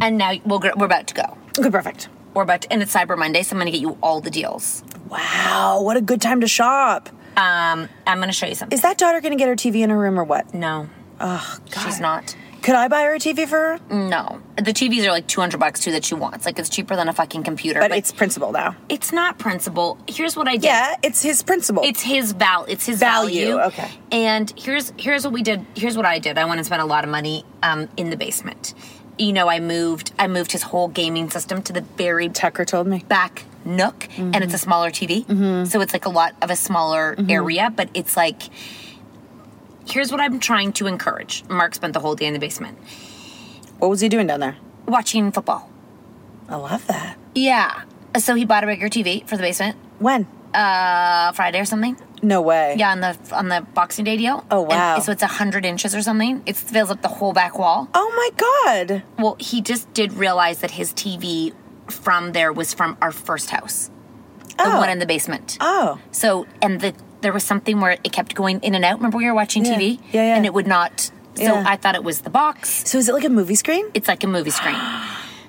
[SPEAKER 1] And now we'll, gr- we're about to go.
[SPEAKER 2] Okay, perfect.
[SPEAKER 1] We're about to, and it's Cyber Monday, so I'm going to get you all the deals.
[SPEAKER 2] Wow, what a good time to shop.
[SPEAKER 1] Um, I'm going to show you something.
[SPEAKER 2] Is that daughter gonna get her TV in her room or what?
[SPEAKER 1] No,
[SPEAKER 2] Oh God,
[SPEAKER 1] she's not.
[SPEAKER 2] Could I buy her a TV for her?
[SPEAKER 1] No, the TVs are like 200 bucks too that she wants. Like it's cheaper than a fucking computer.
[SPEAKER 2] But it's principal now.
[SPEAKER 1] it's not principle. Here's what I did.
[SPEAKER 2] Yeah, it's his principal.
[SPEAKER 1] It's his val. It's his
[SPEAKER 2] Value,
[SPEAKER 1] value.
[SPEAKER 2] okay.
[SPEAKER 1] And here's here's what we did. Here's what I did. I went and spent a lot of money um, in the basement. You know, I moved. I moved his whole gaming system to the very
[SPEAKER 2] Tucker told me.
[SPEAKER 1] back nook, and it's a smaller TV. So it's like a lot of a smaller area, but it's like. Here's what I'm trying to encourage. Mark spent the whole day in the basement
[SPEAKER 2] What was he doing down there?
[SPEAKER 1] watching football.
[SPEAKER 2] I love that.
[SPEAKER 1] Yeah. So he bought a bigger TV for the basement
[SPEAKER 2] When?
[SPEAKER 1] uh, Friday or something.
[SPEAKER 2] No way.
[SPEAKER 1] Yeah, on the on the Boxing Day deal.
[SPEAKER 2] Oh, wow.
[SPEAKER 1] And so it's hundred inches or something. It fills up the whole back wall.
[SPEAKER 2] Oh my God.
[SPEAKER 1] Well, he just did realize that his TV from there was from our first house, the
[SPEAKER 2] Oh.
[SPEAKER 1] one in the basement.
[SPEAKER 2] Oh.
[SPEAKER 1] So and the there was something where it kept going in and out. Remember we were watching
[SPEAKER 2] Yeah.
[SPEAKER 1] TV,
[SPEAKER 2] Yeah, yeah.
[SPEAKER 1] and it would not. So
[SPEAKER 2] Yeah.
[SPEAKER 1] I thought it was the box.
[SPEAKER 2] So is it like a movie screen?
[SPEAKER 1] It's like a movie screen.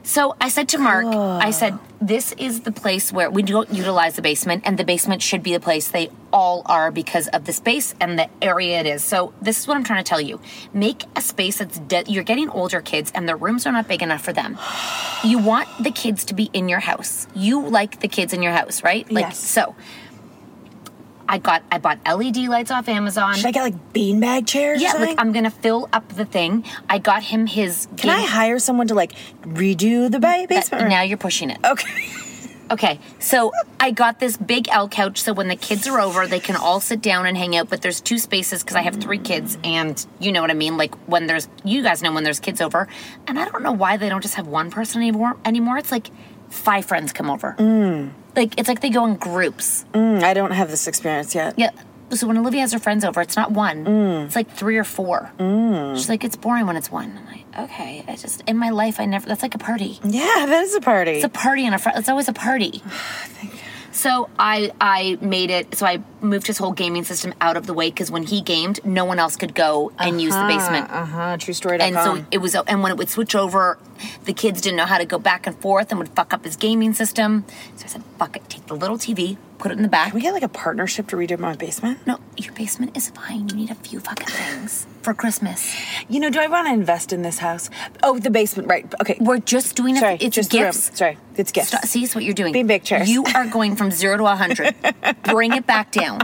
[SPEAKER 1] So I said to Mark, I said, this is the place where we don't utilize the basement, and the basement should be the place they all are because of the space and the area it is. So this is what I'm trying to tell you: make a space that's de- you're getting older kids, and their rooms are not big enough for them. You want the kids to be in your house. You like the kids in your house, right? Like
[SPEAKER 2] Yes.
[SPEAKER 1] so. I got I bought LED lights off Amazon.
[SPEAKER 2] Should I get like beanbag chairs? or
[SPEAKER 1] yeah,
[SPEAKER 2] something?
[SPEAKER 1] like I'm gonna fill up the thing. I got him his.
[SPEAKER 2] Can I hire someone to like redo the ba- basement? room?
[SPEAKER 1] Uh, Now you're pushing it.
[SPEAKER 2] Okay.
[SPEAKER 1] Okay, so I got this big L couch so when the kids are over, they can all sit down and hang out, but there's two spaces because I have three kids, and you know what I mean? Like, when there's, you guys know when there's kids over, and I don't know why they don't just have one person anymore. anymore. It's like five friends come over. Like, it's like they go in groups.
[SPEAKER 2] Mm, I don't have this experience yet.
[SPEAKER 1] Yeah. So when Olivia has her friends over, it's not one. It's like three or four. She's like, it's boring when it's one. I'm like, okay, I just, in my life, I never, that's like a party.
[SPEAKER 2] Yeah, that is a party.
[SPEAKER 1] It's a party and a friend. It's always
[SPEAKER 2] [SIGHS]
[SPEAKER 1] a party. So I I made it. So I moved his whole gaming system out of the way because when he gamed, no one else could go and use the basement.
[SPEAKER 2] uh huh. True story.
[SPEAKER 1] And so it was. And when it would switch over, the kids didn't know how to go back and forth and would fuck up his gaming system. So I said, "Fuck it. Take the little TV, put it in the back."
[SPEAKER 2] we get like a partnership to redo my basement.
[SPEAKER 1] no, your basement is fine. You need a few fucking things for Christmas.
[SPEAKER 2] You know, do I want to invest in this house? Oh, the basement. Right. Okay.
[SPEAKER 1] We're just doing it.
[SPEAKER 2] Sorry,
[SPEAKER 1] It's
[SPEAKER 2] just the room.
[SPEAKER 1] gifts.
[SPEAKER 2] Sorry, it's gifts.
[SPEAKER 1] Stop- see, it's what you're doing.
[SPEAKER 2] Beanbag chairs.
[SPEAKER 1] You are going from zero to a hundred. Bring it back down.
[SPEAKER 2] [LAUGHS]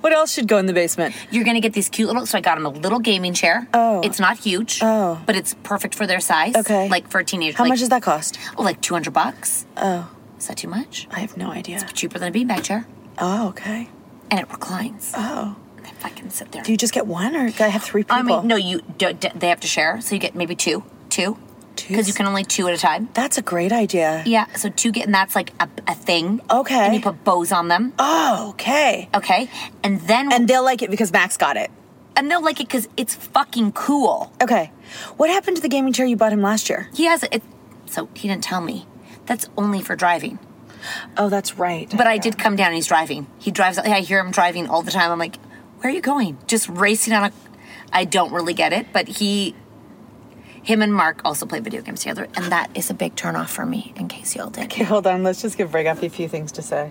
[SPEAKER 2] What else should go in the basement?
[SPEAKER 1] You're gonna get these cute little. So I got him a little gaming chair. Oh, it's not huge. Oh, but it's perfect for their size.
[SPEAKER 2] Okay.
[SPEAKER 1] like for a teenager.
[SPEAKER 2] How
[SPEAKER 1] like,
[SPEAKER 2] much does that cost?
[SPEAKER 1] Oh, like two hundred bucks. Oh, is that too much?
[SPEAKER 2] I have no idea.
[SPEAKER 1] Cheaper than a beanbag chair,
[SPEAKER 2] Oh, okay.
[SPEAKER 1] and it reclines.
[SPEAKER 2] Oh,
[SPEAKER 1] And if I can sit there.
[SPEAKER 2] do you just get one, or do I have three people?
[SPEAKER 1] I mean, no, you. Do, d they have to share, so you get maybe two, two, because you can only two at a time.
[SPEAKER 2] That's a great idea.
[SPEAKER 1] Yeah, so two get, and that's like a, a thing.
[SPEAKER 2] Okay.
[SPEAKER 1] And you put bows on them.
[SPEAKER 2] Oh, okay.
[SPEAKER 1] Okay, and then
[SPEAKER 2] And they'll like it because Max got it.
[SPEAKER 1] and they'll like it because it's fucking cool.
[SPEAKER 2] Okay. What happened to the gaming chair you bought him last year?
[SPEAKER 1] He has it, so he didn't tell me. That's only for driving.
[SPEAKER 2] Oh, that's right.
[SPEAKER 1] But I did come down and he's driving. He drives, I hear him driving all the time. I'm like, where are you going? Just racing on a. I don't really get it, but he. Him and Mark also play video games together, and that is a big turnoff for me, in case y'all did.
[SPEAKER 2] Okay, hold on. Let's just give Brig up a few things to say.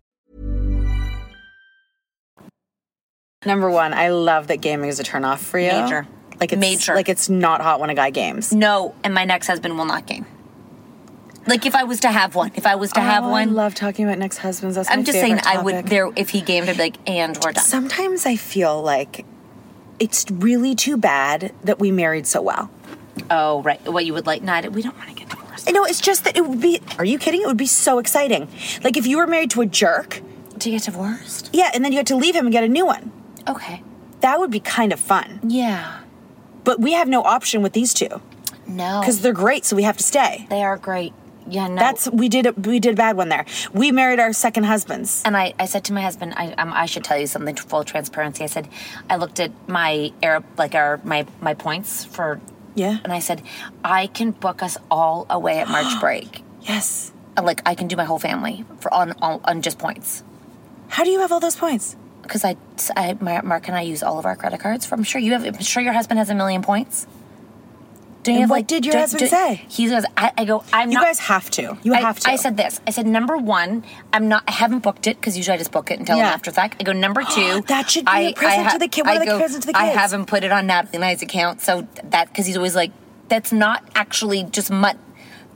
[SPEAKER 2] Number one, I love that gaming is a turnoff for you.
[SPEAKER 1] Major.
[SPEAKER 2] Like it's
[SPEAKER 1] Major.
[SPEAKER 2] like it's not hot when a guy games.
[SPEAKER 1] No, and my next husband will not game. Like if I was to have one, if I was to have
[SPEAKER 2] Oh,
[SPEAKER 1] one,
[SPEAKER 2] I love talking about next husbands. That's
[SPEAKER 1] I'm
[SPEAKER 2] my
[SPEAKER 1] just saying
[SPEAKER 2] favorite
[SPEAKER 1] I would
[SPEAKER 2] topic.
[SPEAKER 1] there if he gamed I'd be like and we're done.
[SPEAKER 2] Sometimes I feel like it's really too bad that we married so well.
[SPEAKER 1] Oh right, what you would like? Not we don't want to get divorced.
[SPEAKER 2] No, it's just that it would be. Are you kidding? It would be so exciting. Like if you were married to a jerk.
[SPEAKER 1] To get divorced?
[SPEAKER 2] Yeah, and then you had to leave him and get a new one.
[SPEAKER 1] Okay.
[SPEAKER 2] That would be kind of fun.
[SPEAKER 1] Yeah.
[SPEAKER 2] But we have no option with these two
[SPEAKER 1] No.
[SPEAKER 2] because they're great, so we have to stay.
[SPEAKER 1] they are great. Yeah. No.
[SPEAKER 2] That's we did a, we did a bad one there. We married our second husbands.
[SPEAKER 1] And I, I said to my husband, I, um, I should tell you something to full transparency. I said, I looked at my air, like our my my points for,
[SPEAKER 2] Yeah.
[SPEAKER 1] and I said, I can book us all away
[SPEAKER 2] [GASPS]
[SPEAKER 1] at March break.
[SPEAKER 2] Yes.
[SPEAKER 1] And, Like I can do my whole family for on all, on just points.
[SPEAKER 2] How do you have all those points?
[SPEAKER 1] Because I, I my, Mark and I use all of our credit cards. For I'm sure you have. I'm sure your husband has a million points. Do you
[SPEAKER 2] And what did your husband say?
[SPEAKER 1] He goes. I, I go. I'm
[SPEAKER 2] You
[SPEAKER 1] not.
[SPEAKER 2] guys have to. You
[SPEAKER 1] I,
[SPEAKER 2] have to.
[SPEAKER 1] I said this. I said number one, I'm not. I haven't booked it because usually I just book it and tell
[SPEAKER 2] Yeah.
[SPEAKER 1] them after the fact. I
[SPEAKER 2] [GASPS]
[SPEAKER 1] go number two.
[SPEAKER 2] That should be a
[SPEAKER 1] I-
[SPEAKER 2] present
[SPEAKER 1] I
[SPEAKER 2] to the kid- one
[SPEAKER 1] I
[SPEAKER 2] of the
[SPEAKER 1] go,
[SPEAKER 2] presents to the
[SPEAKER 1] I
[SPEAKER 2] kids."
[SPEAKER 1] haven't put it on Natalie and I's account, so that because he's always like, that's not actually just mut.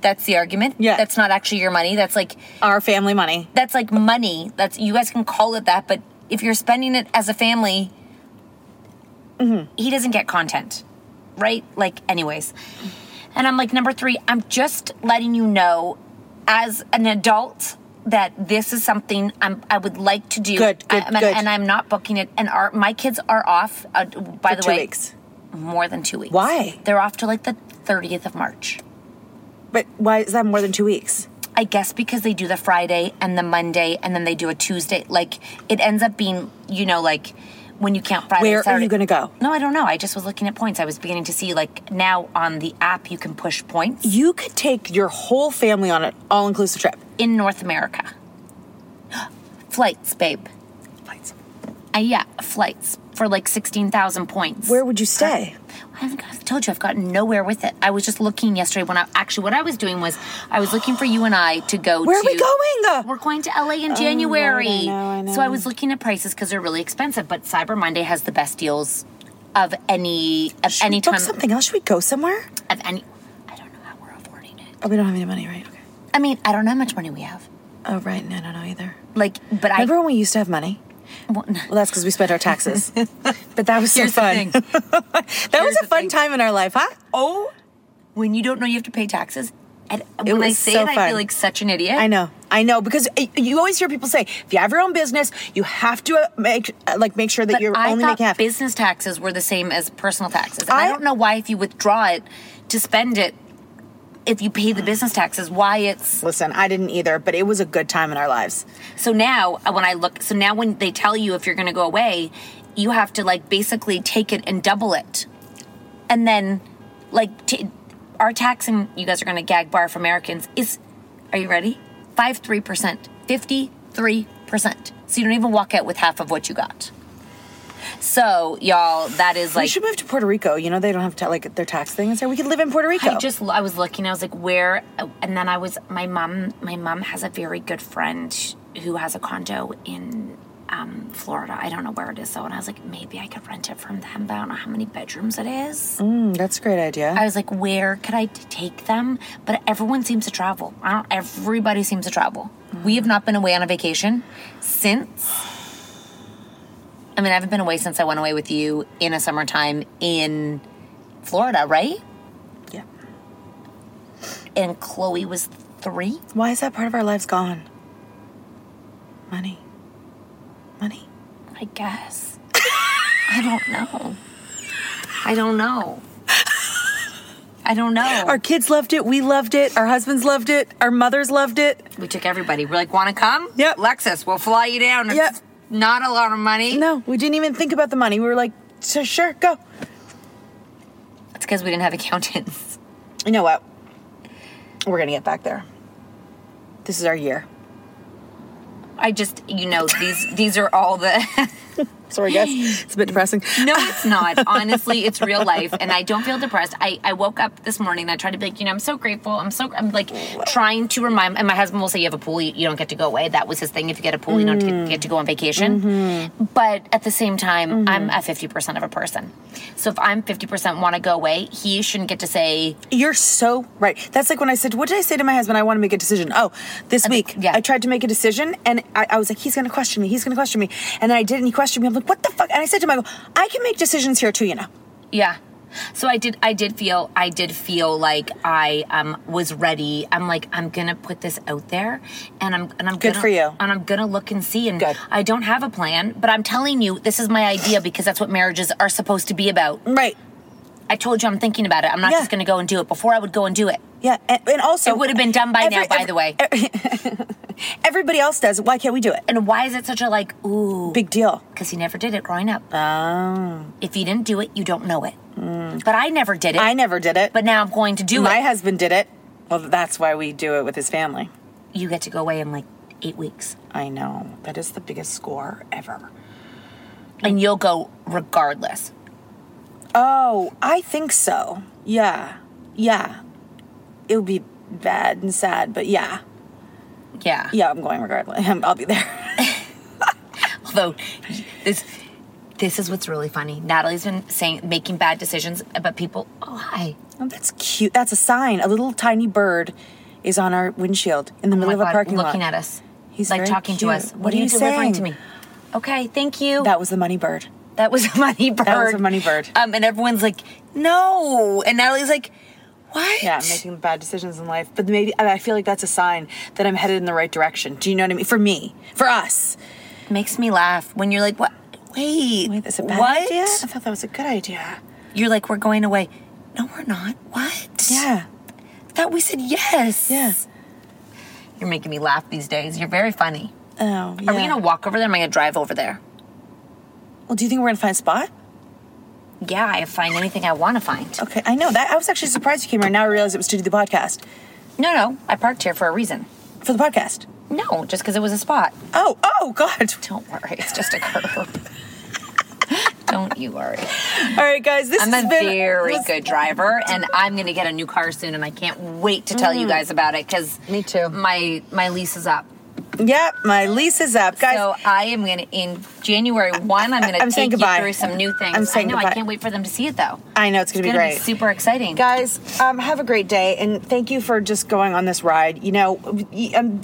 [SPEAKER 1] That's the argument.
[SPEAKER 2] Yeah.
[SPEAKER 1] That's not actually your money. That's like
[SPEAKER 2] our family money.
[SPEAKER 1] that's like money. That's you guys can call it that, but if you're spending it as a family, he doesn't get content, right? Like, anyways. And I'm like, number three, I'm just letting you know, as an adult, that this is something I'm, I would like to do.
[SPEAKER 2] Good, good,
[SPEAKER 1] I- and,
[SPEAKER 2] good.
[SPEAKER 1] and I'm not booking it. And our my kids are off. Uh, by
[SPEAKER 2] For
[SPEAKER 1] the
[SPEAKER 2] two
[SPEAKER 1] way,
[SPEAKER 2] weeks.
[SPEAKER 1] more than two weeks.
[SPEAKER 2] Why?
[SPEAKER 1] They're off to like the 30th of March.
[SPEAKER 2] But why is that more than two weeks?
[SPEAKER 1] I guess because they do the Friday and the Monday and then they do a Tuesday. Like it ends up being, you know, like when you count Friday.
[SPEAKER 2] Where are
[SPEAKER 1] Saturday.
[SPEAKER 2] you gonna go?
[SPEAKER 1] No, I don't know. I just was looking at points. I was beginning to see like now on the app you can push points
[SPEAKER 2] You could take your whole family on an all-inclusive trip.
[SPEAKER 1] in North America. [GASPS] flights, babe. Uh, yeah, flights for like sixteen thousand points.
[SPEAKER 2] Where would you stay?
[SPEAKER 1] I haven't got- I've told you I've gotten nowhere with it. I was just looking yesterday when I actually what I was doing was I was looking for you and I to go.
[SPEAKER 2] Where are
[SPEAKER 1] to,
[SPEAKER 2] we going?
[SPEAKER 1] [LAUGHS] We're going to LA in January.
[SPEAKER 2] I know, I know.
[SPEAKER 1] So I was looking at prices because they're really expensive, but Cyber Monday has the best deals of any of
[SPEAKER 2] Should
[SPEAKER 1] any
[SPEAKER 2] we book
[SPEAKER 1] time
[SPEAKER 2] something else? Should we go somewhere?
[SPEAKER 1] of any. I don't know how we're affording it.
[SPEAKER 2] Oh, we don't have any money, right? Okay.
[SPEAKER 1] I mean, I don't know how much money we have.
[SPEAKER 2] Oh, right. No, I don't know either.
[SPEAKER 1] Like, but I.
[SPEAKER 2] Remember when we used to have money? Well, that's because we spent our
[SPEAKER 1] [LAUGHS]
[SPEAKER 2] taxes. but [LAUGHS] that was so
[SPEAKER 1] Here's the
[SPEAKER 2] fun.
[SPEAKER 1] thing.
[SPEAKER 2] that was a
[SPEAKER 1] the
[SPEAKER 2] fun
[SPEAKER 1] thing.
[SPEAKER 2] time in our life, huh?
[SPEAKER 1] oh, when you don't know you have to pay taxes, and
[SPEAKER 2] It
[SPEAKER 1] when I
[SPEAKER 2] was
[SPEAKER 1] say
[SPEAKER 2] so
[SPEAKER 1] it, I
[SPEAKER 2] fun.
[SPEAKER 1] feel like such an idiot.
[SPEAKER 2] I know. I know because uh, you always hear people say if you have your own business, you have to uh, make uh, like make sure that
[SPEAKER 1] But
[SPEAKER 2] you're
[SPEAKER 1] I
[SPEAKER 2] only
[SPEAKER 1] thought
[SPEAKER 2] making half.
[SPEAKER 1] business taxes were the same as personal taxes. And I,
[SPEAKER 2] I-
[SPEAKER 1] don't know why if you withdraw it to spend it, if you pay the
[SPEAKER 2] Mm.
[SPEAKER 1] business taxes, why it's
[SPEAKER 2] Listen, I didn't either, but it was a good time in our lives.
[SPEAKER 1] so now uh, when I look so now when they tell you if you're going to go away, you have to like basically take it and double it, and then like t- our tax and you guys are going to gag bar for Americans is are you ready? Five three percent, fifty three percent. So you don't even walk out with half of what you got. So y'all, that is
[SPEAKER 2] we
[SPEAKER 1] like
[SPEAKER 2] should move to Puerto Rico. You know they don't have to like their tax thing is there. We could live in Puerto Rico.
[SPEAKER 1] I just I was looking. I was like, where? And then I was my mom. My mom has a very good friend who has a condo in um, Florida. I don't know where it is though. And I was like, maybe I could rent it from them. But I don't know how many bedrooms it is.
[SPEAKER 2] Mm, that's a great idea.
[SPEAKER 1] I was like, where could I t- take them? But everyone seems to travel. I don't. Everybody seems to travel. We have not been away on a vacation since. I mean, I haven't been away since I went away with you in a summertime in Florida, right?
[SPEAKER 2] yeah.
[SPEAKER 1] And Chloe was three.
[SPEAKER 2] Why is that part of our lives gone? Money. Money.
[SPEAKER 1] I guess. I don't know. I don't know. I don't know.
[SPEAKER 2] Our kids loved it. We loved it. Our husbands loved it. Our mothers loved it.
[SPEAKER 1] We took everybody. We're like, want to come? Yep. Lexus, we'll fly you down. It's yep. Not a lot of money.
[SPEAKER 2] No, we didn't even think about the money. We were like, so sure, go.
[SPEAKER 1] That's because we didn't have accountants.
[SPEAKER 2] You know what? We're going to get back there. This is our year.
[SPEAKER 1] I just, you know, these these are all the. [LAUGHS]
[SPEAKER 2] Sorry, guys.
[SPEAKER 1] [GASPS]
[SPEAKER 2] It's a bit depressing.
[SPEAKER 1] No, it's not. Honestly, it's real life, and I don't feel depressed. I, I woke up this morning and I tried to be like, you know, I'm so grateful. I'm so, I'm like trying to remind, and my husband will say, you have a pool, you, you don't get to go away. That was his thing. If you get a pool, you don't get, get to go on vacation. Mm. Mm-hmm. But at the same time, mm-hmm. I'm a 50% of a person. So if I'm 50% want to go away, he shouldn't get to say,
[SPEAKER 2] You're so right. That's like when I said, What did I say to my husband? I want to make a decision. Oh, this I week, think, yeah. I tried to make a decision and I, I was like, He's going to question me. He's going to question me. And then I did, and he questioned me. I'm like, What the fuck? And I said to Michael, I can make decisions here too, you know.
[SPEAKER 1] Yeah. So I did. I did feel. I did feel like I um, was ready. I'm like, I'm gonna put this out there, and I'm and I'm
[SPEAKER 2] good
[SPEAKER 1] gonna,
[SPEAKER 2] for you.
[SPEAKER 1] And I'm gonna look and see. And
[SPEAKER 2] good.
[SPEAKER 1] I don't have a plan, but I'm telling you, this is my idea because that's what marriages are supposed to be about.
[SPEAKER 2] Right.
[SPEAKER 1] I told you I'm thinking about it. I'm not
[SPEAKER 2] Yeah.
[SPEAKER 1] just gonna go and do it. Before I would go and do it.
[SPEAKER 2] Yeah, and, and also
[SPEAKER 1] It would have been done by now, by the way.
[SPEAKER 2] e-, everybody else does. it. Why can't we do it?
[SPEAKER 1] And why is it such a like ooh
[SPEAKER 2] big deal?
[SPEAKER 1] Because he never did it growing up.
[SPEAKER 2] Oh, Mm.
[SPEAKER 1] If you didn't do it, you don't know it. But I never did it.
[SPEAKER 2] I never did it.
[SPEAKER 1] But now I'm going to do
[SPEAKER 2] my
[SPEAKER 1] it.
[SPEAKER 2] husband did it. Well, that's why we do it with his family.
[SPEAKER 1] you get to go away in like eight weeks,
[SPEAKER 2] I know that is the biggest score ever.
[SPEAKER 1] and you'll go regardless.
[SPEAKER 2] Oh, I think so. Yeah, yeah. It would be bad and sad, but yeah,
[SPEAKER 1] Yeah.
[SPEAKER 2] yeah. I'm going regardless. [LAUGHS] I'll be there.
[SPEAKER 1] Although this this is what's really funny. Natalie's been saying making bad decisions about people. Oh hi.
[SPEAKER 2] Oh, that's cute. That's a sign. A little tiny bird is on our windshield in the
[SPEAKER 1] Oh my
[SPEAKER 2] middle of a
[SPEAKER 1] God,
[SPEAKER 2] parking lot.
[SPEAKER 1] looking at us.
[SPEAKER 2] He's
[SPEAKER 1] like
[SPEAKER 2] very
[SPEAKER 1] talking
[SPEAKER 2] cute.
[SPEAKER 1] to us. What,
[SPEAKER 2] What
[SPEAKER 1] are
[SPEAKER 2] are
[SPEAKER 1] you,
[SPEAKER 2] you
[SPEAKER 1] delivering to
[SPEAKER 2] saying?
[SPEAKER 1] me? Okay, thank you.
[SPEAKER 2] That was the money bird.
[SPEAKER 1] [LAUGHS] That was a money bird.
[SPEAKER 2] That was a money bird.
[SPEAKER 1] Um, and everyone's like, no. And Natalie's like, what?
[SPEAKER 2] Yeah, I'm making bad decisions in life, but maybe I feel like that's a sign that I'm headed in the right direction. Do you know what I mean? For me, for us.
[SPEAKER 1] makes me laugh when you're like, what? Wait.
[SPEAKER 2] Wait, that's a bad
[SPEAKER 1] what?
[SPEAKER 2] idea. I thought that was a good idea.
[SPEAKER 1] You're like, we're going away. No, we're not. What?
[SPEAKER 2] Yeah,
[SPEAKER 1] That we said yes.
[SPEAKER 2] yeah.
[SPEAKER 1] You're making me laugh these days. You're very funny.
[SPEAKER 2] Oh, yeah.
[SPEAKER 1] Are we gonna walk over there? Am I gonna drive over there?
[SPEAKER 2] Well, do you think we're gonna find a spot?
[SPEAKER 1] Yeah, I find anything I want to find.
[SPEAKER 2] Okay, I know that. I was actually surprised you came here. Now I realize it was to do the podcast
[SPEAKER 1] No, no, I parked here for a reason.
[SPEAKER 2] for the podcast.
[SPEAKER 1] No, just because it was a spot.
[SPEAKER 2] Oh, oh, God.
[SPEAKER 1] Don't worry, it's just a curb. [LAUGHS] Don't you worry.
[SPEAKER 2] All right, guys. This
[SPEAKER 1] I'm
[SPEAKER 2] has
[SPEAKER 1] a
[SPEAKER 2] been
[SPEAKER 1] very
[SPEAKER 2] this-
[SPEAKER 1] good driver, and I'm going to get a new car soon, and I can't wait to tell you guys about it because
[SPEAKER 2] Me too.
[SPEAKER 1] My my lease is up,
[SPEAKER 2] Yep, my lease is up, guys.
[SPEAKER 1] so I am going to in January one. I'm going to
[SPEAKER 2] I'm saying
[SPEAKER 1] take you
[SPEAKER 2] goodbye.
[SPEAKER 1] through some new things.
[SPEAKER 2] I'm saying
[SPEAKER 1] I know I
[SPEAKER 2] goodbye.
[SPEAKER 1] can't wait for them to see it though.
[SPEAKER 2] I know it's
[SPEAKER 1] It's
[SPEAKER 2] gonna be
[SPEAKER 1] gonna
[SPEAKER 2] great.
[SPEAKER 1] super exciting.
[SPEAKER 2] guys um, have a great day and thank you for just going on this ride you know y- um,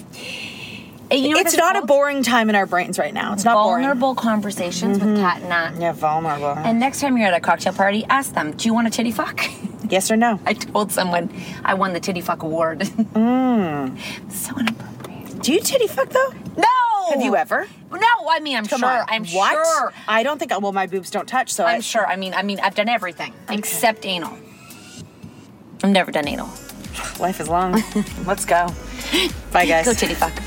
[SPEAKER 1] And you know what
[SPEAKER 2] it's
[SPEAKER 1] it's
[SPEAKER 2] not a
[SPEAKER 1] called?
[SPEAKER 2] boring time in our brains right now it's not Mm-hmm.
[SPEAKER 1] vulnerable conversations with Kat and Nat.
[SPEAKER 2] boring yeah vulnerable
[SPEAKER 1] And next time you're at a cocktail party, ask them, "Do you want a titty fuck?" [LAUGHS]
[SPEAKER 2] yes or no
[SPEAKER 1] I told someone I won the titty fuck award. [LAUGHS]
[SPEAKER 2] Mm.
[SPEAKER 1] So inappropriate.
[SPEAKER 2] do you titty fuck though
[SPEAKER 1] No.
[SPEAKER 2] have you ever
[SPEAKER 1] No, I mean I'm
[SPEAKER 2] come
[SPEAKER 1] sure.
[SPEAKER 2] on
[SPEAKER 1] I'm
[SPEAKER 2] what
[SPEAKER 1] sure.
[SPEAKER 2] i don't think well my boobs don't touch so I-
[SPEAKER 1] I'm sure. I mean, I mean, I've done everything except anal. I've never done anal.
[SPEAKER 2] [LAUGHS] life is long let's go bye guys
[SPEAKER 1] Go titty fuck.